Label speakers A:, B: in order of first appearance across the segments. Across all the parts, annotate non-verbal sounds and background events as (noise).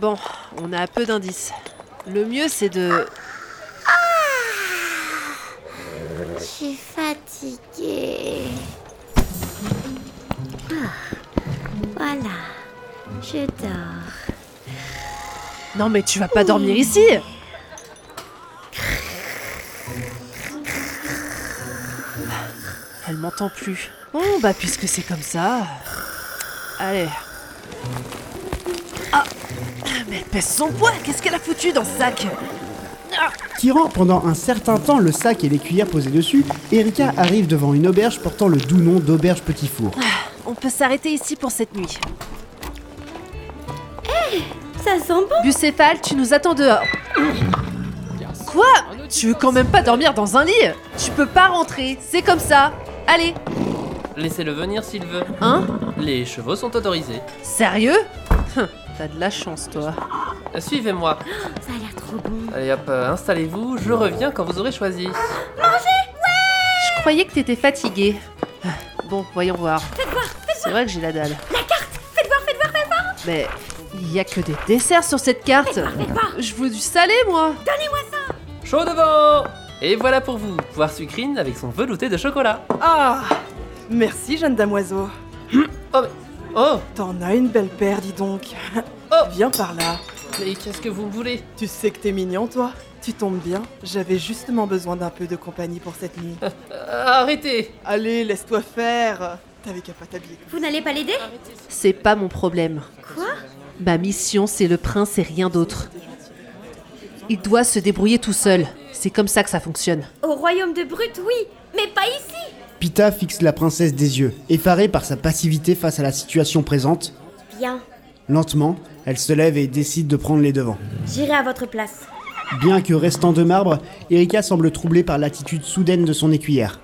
A: Bon, on a peu d'indices. Le mieux, c'est de.
B: Je suis fatiguée. Ah, Voilà, je dors.
A: Non, mais tu vas pas dormir ici Elle m'entend plus. Bon, bah, puisque c'est comme ça. Allez. Ah Mais elle pèse son poids Qu'est-ce qu'elle a foutu dans ce sac
C: Tirant pendant un certain temps le sac et les cuillères posés dessus, Erika arrive devant une auberge portant le doux nom d'auberge Petit Four.
A: On peut s'arrêter ici pour cette nuit.
B: Ça sent bon
A: Bucéphale, tu nous attends dehors. Quoi Tu veux quand même pas dormir dans un lit Tu peux pas rentrer, c'est comme ça. Allez,
D: Laissez-le venir s'il veut.
A: hein
D: Les chevaux sont autorisés.
A: Sérieux Hum, T'as de la chance, toi.
D: Suivez-moi.
B: Ça a l'air trop bon.
D: Allez hop, euh, installez-vous, je reviens quand vous aurez choisi.
A: Je croyais que t'étais fatiguée. Bon, voyons voir. C'est vrai que j'ai la dalle. La carte Faites voir, faites voir, faites voir Mais il y a que des desserts sur cette carte. Je veux du salé, moi.
D: Chaud devant Et voilà pour vous, poire sucrine avec son velouté de chocolat.
E: Ah Merci, Jeanne Damoiseau.
D: Oh
E: T'en as une belle paire, dis donc. (laughs)
D: Oh.
E: Viens par là.
D: Mais qu'est-ce que vous voulez
E: Tu sais que t'es mignon, toi Tu tombes bien. J'avais justement besoin d'un peu de compagnie pour cette nuit.
D: Euh, Arrêtez
E: (laughs) Allez, laisse-toi faire. T'avais qu'à pas t'habiller.
B: Vous n'allez pas l'aider
A: C'est pas mon problème.
B: Quoi
A: Ma mission, c'est le prince et rien d'autre. Il doit se débrouiller tout seul. C'est comme ça que ça fonctionne.
B: Au royaume de Brut, oui, mais pas ici
C: Pita fixe la princesse des yeux, effarée par sa passivité face à la situation présente.
B: Bien,
C: Lentement, elle se lève et décide de prendre les devants.
B: j'irai à votre place.
C: Bien que restant de marbre, Erika semble troublée par l'attitude soudaine de son écuyère.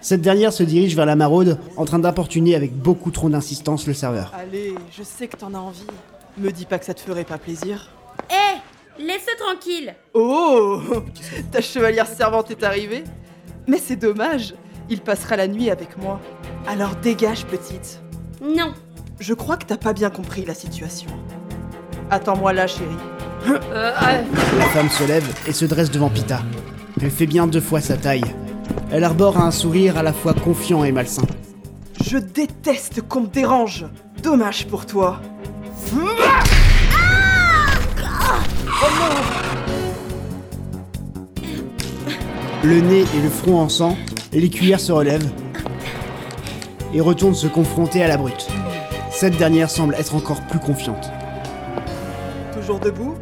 C: Cette dernière se dirige vers la maraude, en train d'importuner avec beaucoup trop d'insistance le serveur.
E: Allez, je sais que t'en as envie. Me dis pas que ça te ferait pas plaisir.
B: Hé Eh, Laisse-le tranquille
E: Oh (laughs) Ta chevalière servante est arrivée Mais c'est dommage. Il passera la nuit avec moi. Alors dégage, petite.
B: Non
E: Je crois que t'as pas bien compris la situation. Attends-moi là, chérie.
D: Euh, ah,
C: La femme se lève et se dresse devant Pita. Elle fait bien deux fois sa taille. Elle arbore un sourire à la fois confiant et malsain.
E: Je déteste qu'on me dérange. Dommage pour toi.
C: Le nez et le front en sang, l'écuyère se relève et retourne se confronter à la brute. Cette dernière semble être encore plus confiante.
E: Toujours debout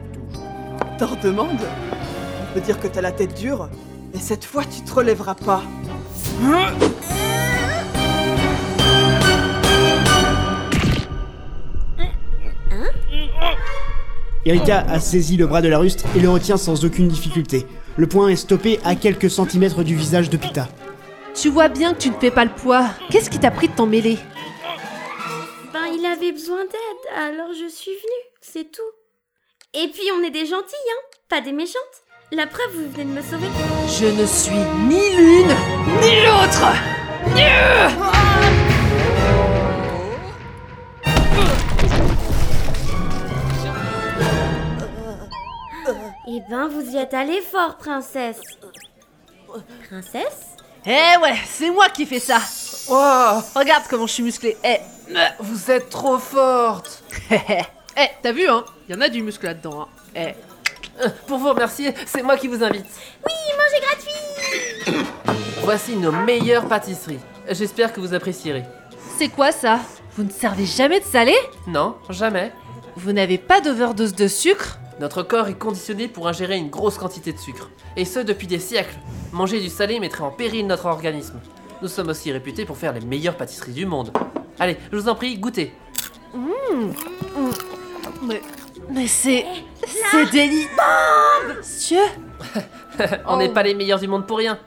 E: T'en redemandes On peut dire que t'as la tête dure, mais cette fois tu te relèveras pas.
C: Erika a saisi le bras de la rustre et le retient sans aucune difficulté. Le poing est stoppé à quelques centimètres du visage de Pita.
A: Tu vois bien que tu ne fais pas le poids. Qu'est-ce qui t'a pris de t'en mêler
B: Ben, il avait besoin d'aide, alors je suis venue, c'est tout. Et puis, on est des gentilles, hein Pas des méchantes La preuve, vous venez de me sauver.
A: Je ne suis ni l'une ni l'autre.
B: Eh ben, vous y êtes allé fort, princesse. Princesse
A: Eh ouais, c'est moi qui fais ça.
D: oh,
A: Regarde comment je suis musclée. Eh,
D: vous êtes trop forte
A: (laughs) eh, t'as vu hein Il y en a du muscle là-dedans. Hein. Eh,
D: Euh, Pour vous remercier, c'est moi qui vous invite.
B: Manger gratuit
D: Voici nos meilleures pâtisseries. J'espère que vous apprécierez.
A: c'est quoi ça Vous ne servez jamais de salé
D: Non, jamais.
A: Vous n'avez pas d'overdose de sucre
D: Notre corps est conditionné pour ingérer une grosse quantité de sucre. Et ce, depuis des siècles. Manger du salé mettrait en péril notre organisme. Nous sommes aussi réputés pour faire les meilleures pâtisseries du monde. Allez, je vous en prie, (laughs) goûtez.
A: Mais, mais c'est, c'est délit. Monsieur,
D: On n'est pas les meilleurs du monde pour rien.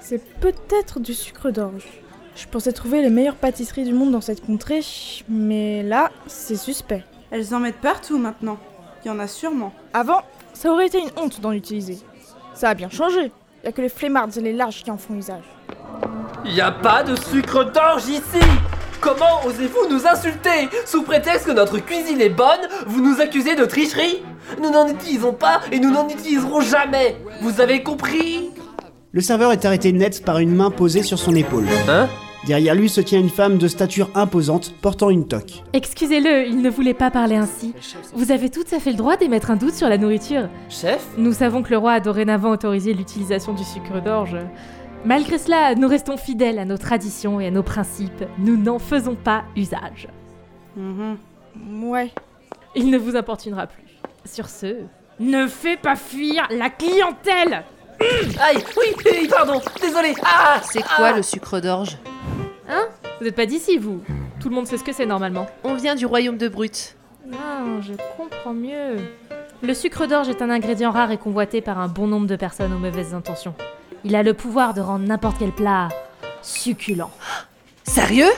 F: C'est peut-être du sucre d'orge. Je pensais trouver les meilleures pâtisseries du monde dans cette contrée, mais là, c'est suspect.
G: Elles en mettent partout maintenant. Il y en a sûrement.
F: Avant, ça aurait été une honte d'en utiliser. Ça a bien changé. Y a que les flemmards et les larges qui en font usage.
D: Y a pas de sucre d'orge ici Comment osez-vous nous insulter Sous prétexte que notre cuisine est bonne, vous nous accusez de tricherie Nous n'en utilisons pas et nous n'en utiliserons jamais Vous avez compris
C: Le serveur est arrêté net par une main posée sur son épaule.
D: Hein
C: Derrière lui se tient une femme de stature imposante portant une toque.
H: Excusez-le, il ne voulait pas parler ainsi. Vous avez tout à fait le droit d'émettre un doute sur la nourriture.
D: Chef
H: Nous savons que le roi a dorénavant autorisé l'utilisation du sucre d'orge. Malgré cela, nous restons fidèles à nos traditions et à nos principes. Nous n'en faisons pas usage.
G: Mhm.
F: Ouais.
H: Il ne vous importunera plus. Sur ce, ne fais pas fuir la clientèle
D: Aïe Oui, oui, pardon Désolé Ah
A: C'est quoi le sucre d'orge
H: Vous n'êtes pas d'ici, vous. Tout le monde sait ce que c'est normalement.
A: On vient du royaume de Brut.
H: Ah, je comprends mieux. Le sucre d'orge est un ingrédient rare et convoité par un bon nombre de personnes aux mauvaises intentions. Il a le pouvoir de rendre n'importe quel plat succulent.
A: Sérieux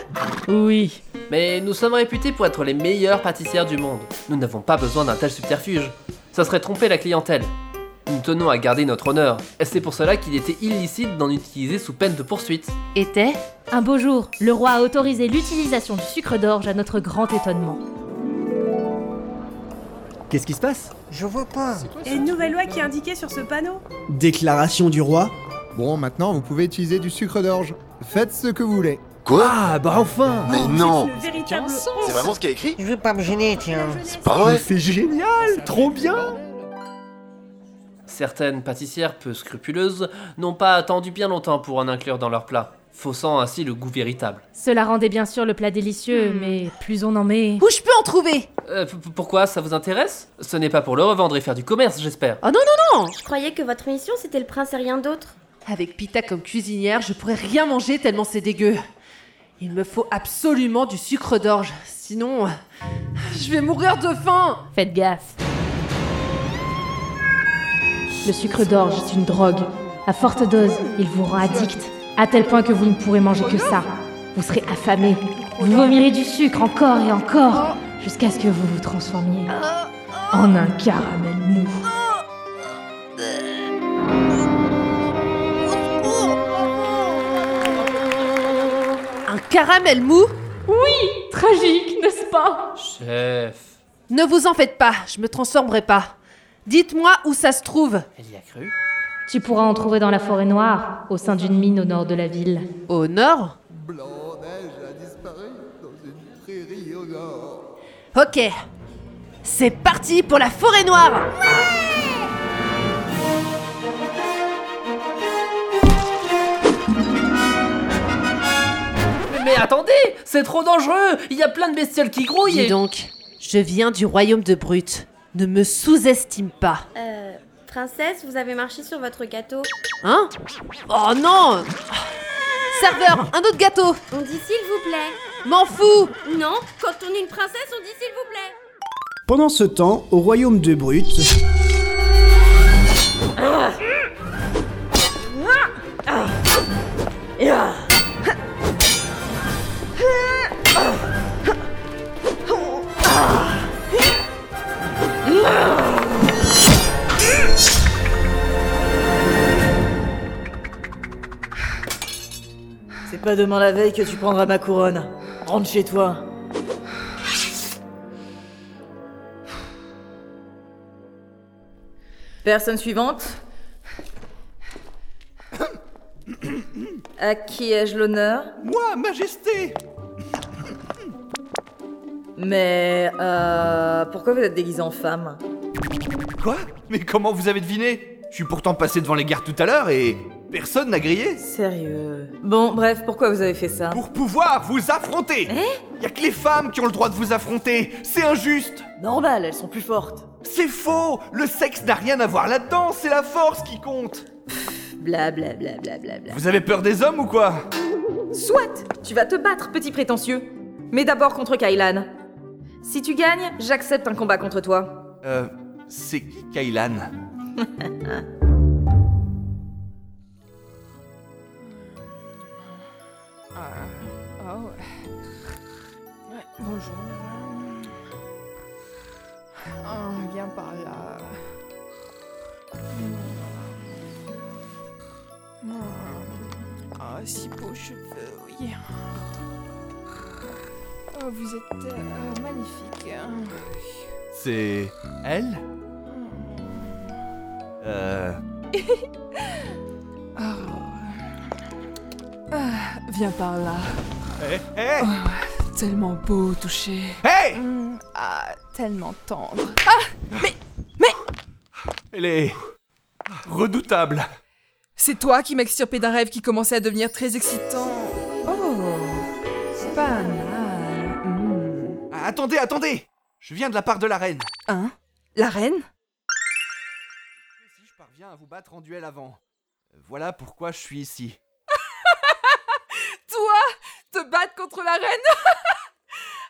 H: Oui.
D: Mais nous sommes réputés pour être les meilleures pâtissières du monde. Nous n'avons pas besoin d'un tel subterfuge. Ça serait tromper la clientèle. Nous tenons à garder notre honneur, et c'est pour cela qu'il était illicite d'en utiliser sous peine de poursuite.
A: Était
H: Un beau jour, le roi a autorisé l'utilisation du sucre d'orge à notre grand étonnement.
I: Qu'est-ce qui se passe
J: Je vois pas.
G: Et une nouvelle loi qui est indiquée sur ce panneau
C: Déclaration du roi.
I: Bon, maintenant vous pouvez utiliser du sucre d'orge. Faites ce que vous voulez.
J: Quoi
I: Ah, bah enfin
J: Mais non
G: Le véritable
J: C'est vraiment ce qu'il y a écrit
K: Je veux pas me gêner, tiens.
J: C'est pas
I: Mais
J: vrai
I: c'est génial Trop bien
D: Certaines pâtissières peu scrupuleuses n'ont pas attendu bien longtemps pour en inclure dans leur plat, faussant ainsi le goût véritable.
H: Cela rendait bien sûr le plat délicieux, mais plus on en met.
A: Où je peux en trouver
D: Euh, p- p- pourquoi ça vous intéresse Ce n'est pas pour le revendre et faire du commerce, j'espère.
A: Oh
B: Je croyais que votre mission c'était le prince et rien d'autre.
A: Avec Pita comme cuisinière, je pourrais rien manger tellement c'est dégueu. Il me faut absolument du sucre d'orge, sinon euh, je vais mourir de faim.
H: Faites gaffe. Le sucre d'orge est une drogue. À forte dose, il vous rend addict, à tel point que vous ne pourrez manger que ça. Vous serez affamé. Vous vomirez du sucre encore et encore, jusqu'à ce que vous vous transformiez en un caramel mou.
A: Un caramel mou
H: Tragique, n'est-ce pas
D: Chef,
A: Ne vous en faites pas, je me transformerai pas. Dites-moi où ça se trouve.
D: elle y a cru
H: Tu pourras en trouver dans la forêt noire, au sein d'une mine au nord de la ville.
A: Au nord Ok. C'est parti pour la forêt noire
D: Mais, mais attendez C'est trop dangereux Il y a plein de bestioles qui grouillent
A: Dis
D: et...
A: donc, je viens du royaume de Brut. Ne me sous-estime pas.
B: Euh, princesse, vous avez marché sur votre gâteau.
A: Hein Oh non Serveur, un autre gâteau
B: On dit s'il vous plaît.
A: M'en fous
B: Non, quand on est une princesse, on dit s'il vous plaît.
C: Pendant ce temps, au royaume de Brut,
K: C'est pas demain la veille que tu prendras ma couronne. Rentre chez toi. Personne suivante. À qui ai-je l'honneur
I: Moi, majesté
K: Mais euh, pourquoi vous êtes déguisé en femme
J: Quoi Mais comment vous avez deviné Je suis pourtant passé devant les gardes tout à l'heure et personne n'a grillé.
K: Sérieux Bon, bref, pourquoi vous avez fait ça Eh?
J: Pour pouvoir vous affronter Y a que les femmes qui ont le droit de vous affronter C'est injuste
K: Normal, elles sont plus fortes.
J: C'est faux Le sexe n'a rien à voir là-dedans, c'est la force qui compte
K: Bla bla bla bla bla bla.
J: Vous avez peur des hommes ou quoi
K: Soit Tu vas te battre, petit prétentieux. Mais d'abord contre Kailan. Si tu gagnes, j'accepte un combat contre toi.
J: Euh. C'est qui
E: (laughs)
J: Kailan
E: Ah, oh. Bonjour. Oh, viens par là. Hmm. Ah, si beau
L: cheveluyé. Oh, vous êtes euh, magnifique.
M: C'est. elle
L: Hmm. (laughs)
M: Euh.
L: Oh. Ah, viens par là.
M: Eh,
L: Oh, tellement beau touché.
M: Hey
L: Ah, tellement tendre.
M: Elle est. redoutable
L: C'est toi qui m'as extirpé d'un rêve qui commençait à devenir très excitant. Oh, pas mal.
M: Ah, Attendez, attendez Je viens de la part de la reine.
L: Hein La reine
M: Je parviens à vous battre en duel avant. Euh, Voilà pourquoi je suis ici.
E: (laughs) Toi Te battre contre la reine (laughs)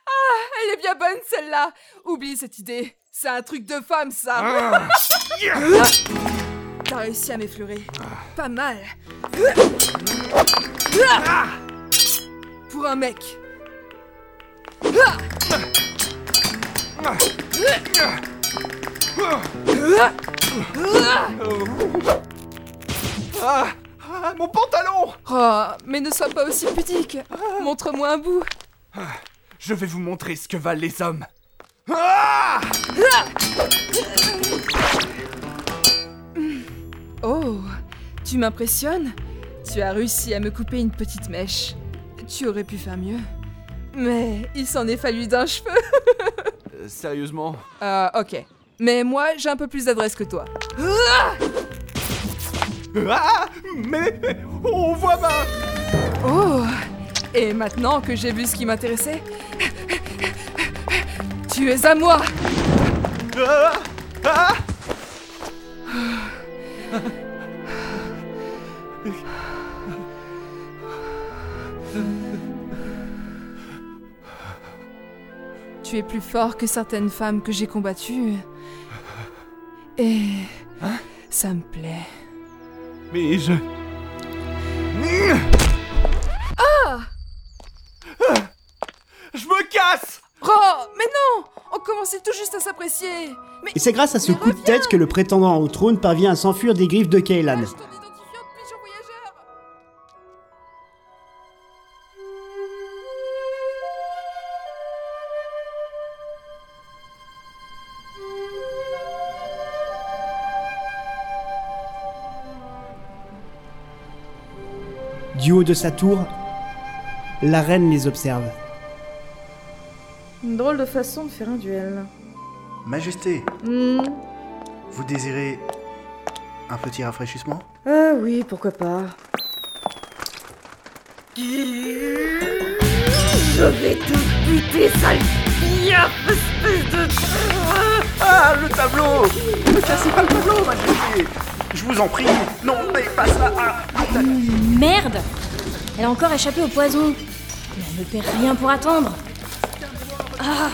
E: Ah, elle est bien bonne celle-là Oublie cette idée, c'est un truc de femme ça
M: Ah,
E: T'as réussi à m'effleurer. Pas mal. Pour un mec.
M: Ah, ah, mon pantalon
E: Oh, mais ne sois pas aussi pudique. Montre-moi un bout.
M: Je vais vous montrer ce que valent les hommes.
E: Oh, tu m'impressionnes. Tu as réussi à me couper une petite mèche. Tu aurais pu faire mieux. Mais il s'en est fallu d'un cheveu.
M: Euh, sérieusement
E: Ah, ok. Mais moi, j'ai un peu plus d'adresse que toi.
M: Ah Mais on voit pas
E: Oh Et maintenant que j'ai vu ce qui m'intéressait, tu es à moi
M: Ah Ah
E: Tu es plus fort que certaines femmes que j'ai combattues. Et
M: Hein?
E: ça me plaît.
M: Mais je...
E: Ah
M: Je me casse
E: Oh Mais non On commençait tout juste à s'apprécier
C: Et c'est grâce à ce coup de tête que le prétendant au trône parvient à s'enfuir des griffes de Kaylan. Du haut de sa tour, la reine les observe.
F: Une drôle de façon de faire un duel.
N: Majesté,
F: Hmm,
N: vous désirez un petit rafraîchissement
F: Ah oui, pourquoi pas.
O: Je vais te buter, sale fiaf, espèce de...
N: Ah, le tableau Ne cassez pas le tableau, Majesté Je vous en prie Non, mais pas ça Ah,
H: Merde Elle a encore échappé au poison. Mais elle ne perd rien pour attendre. Ah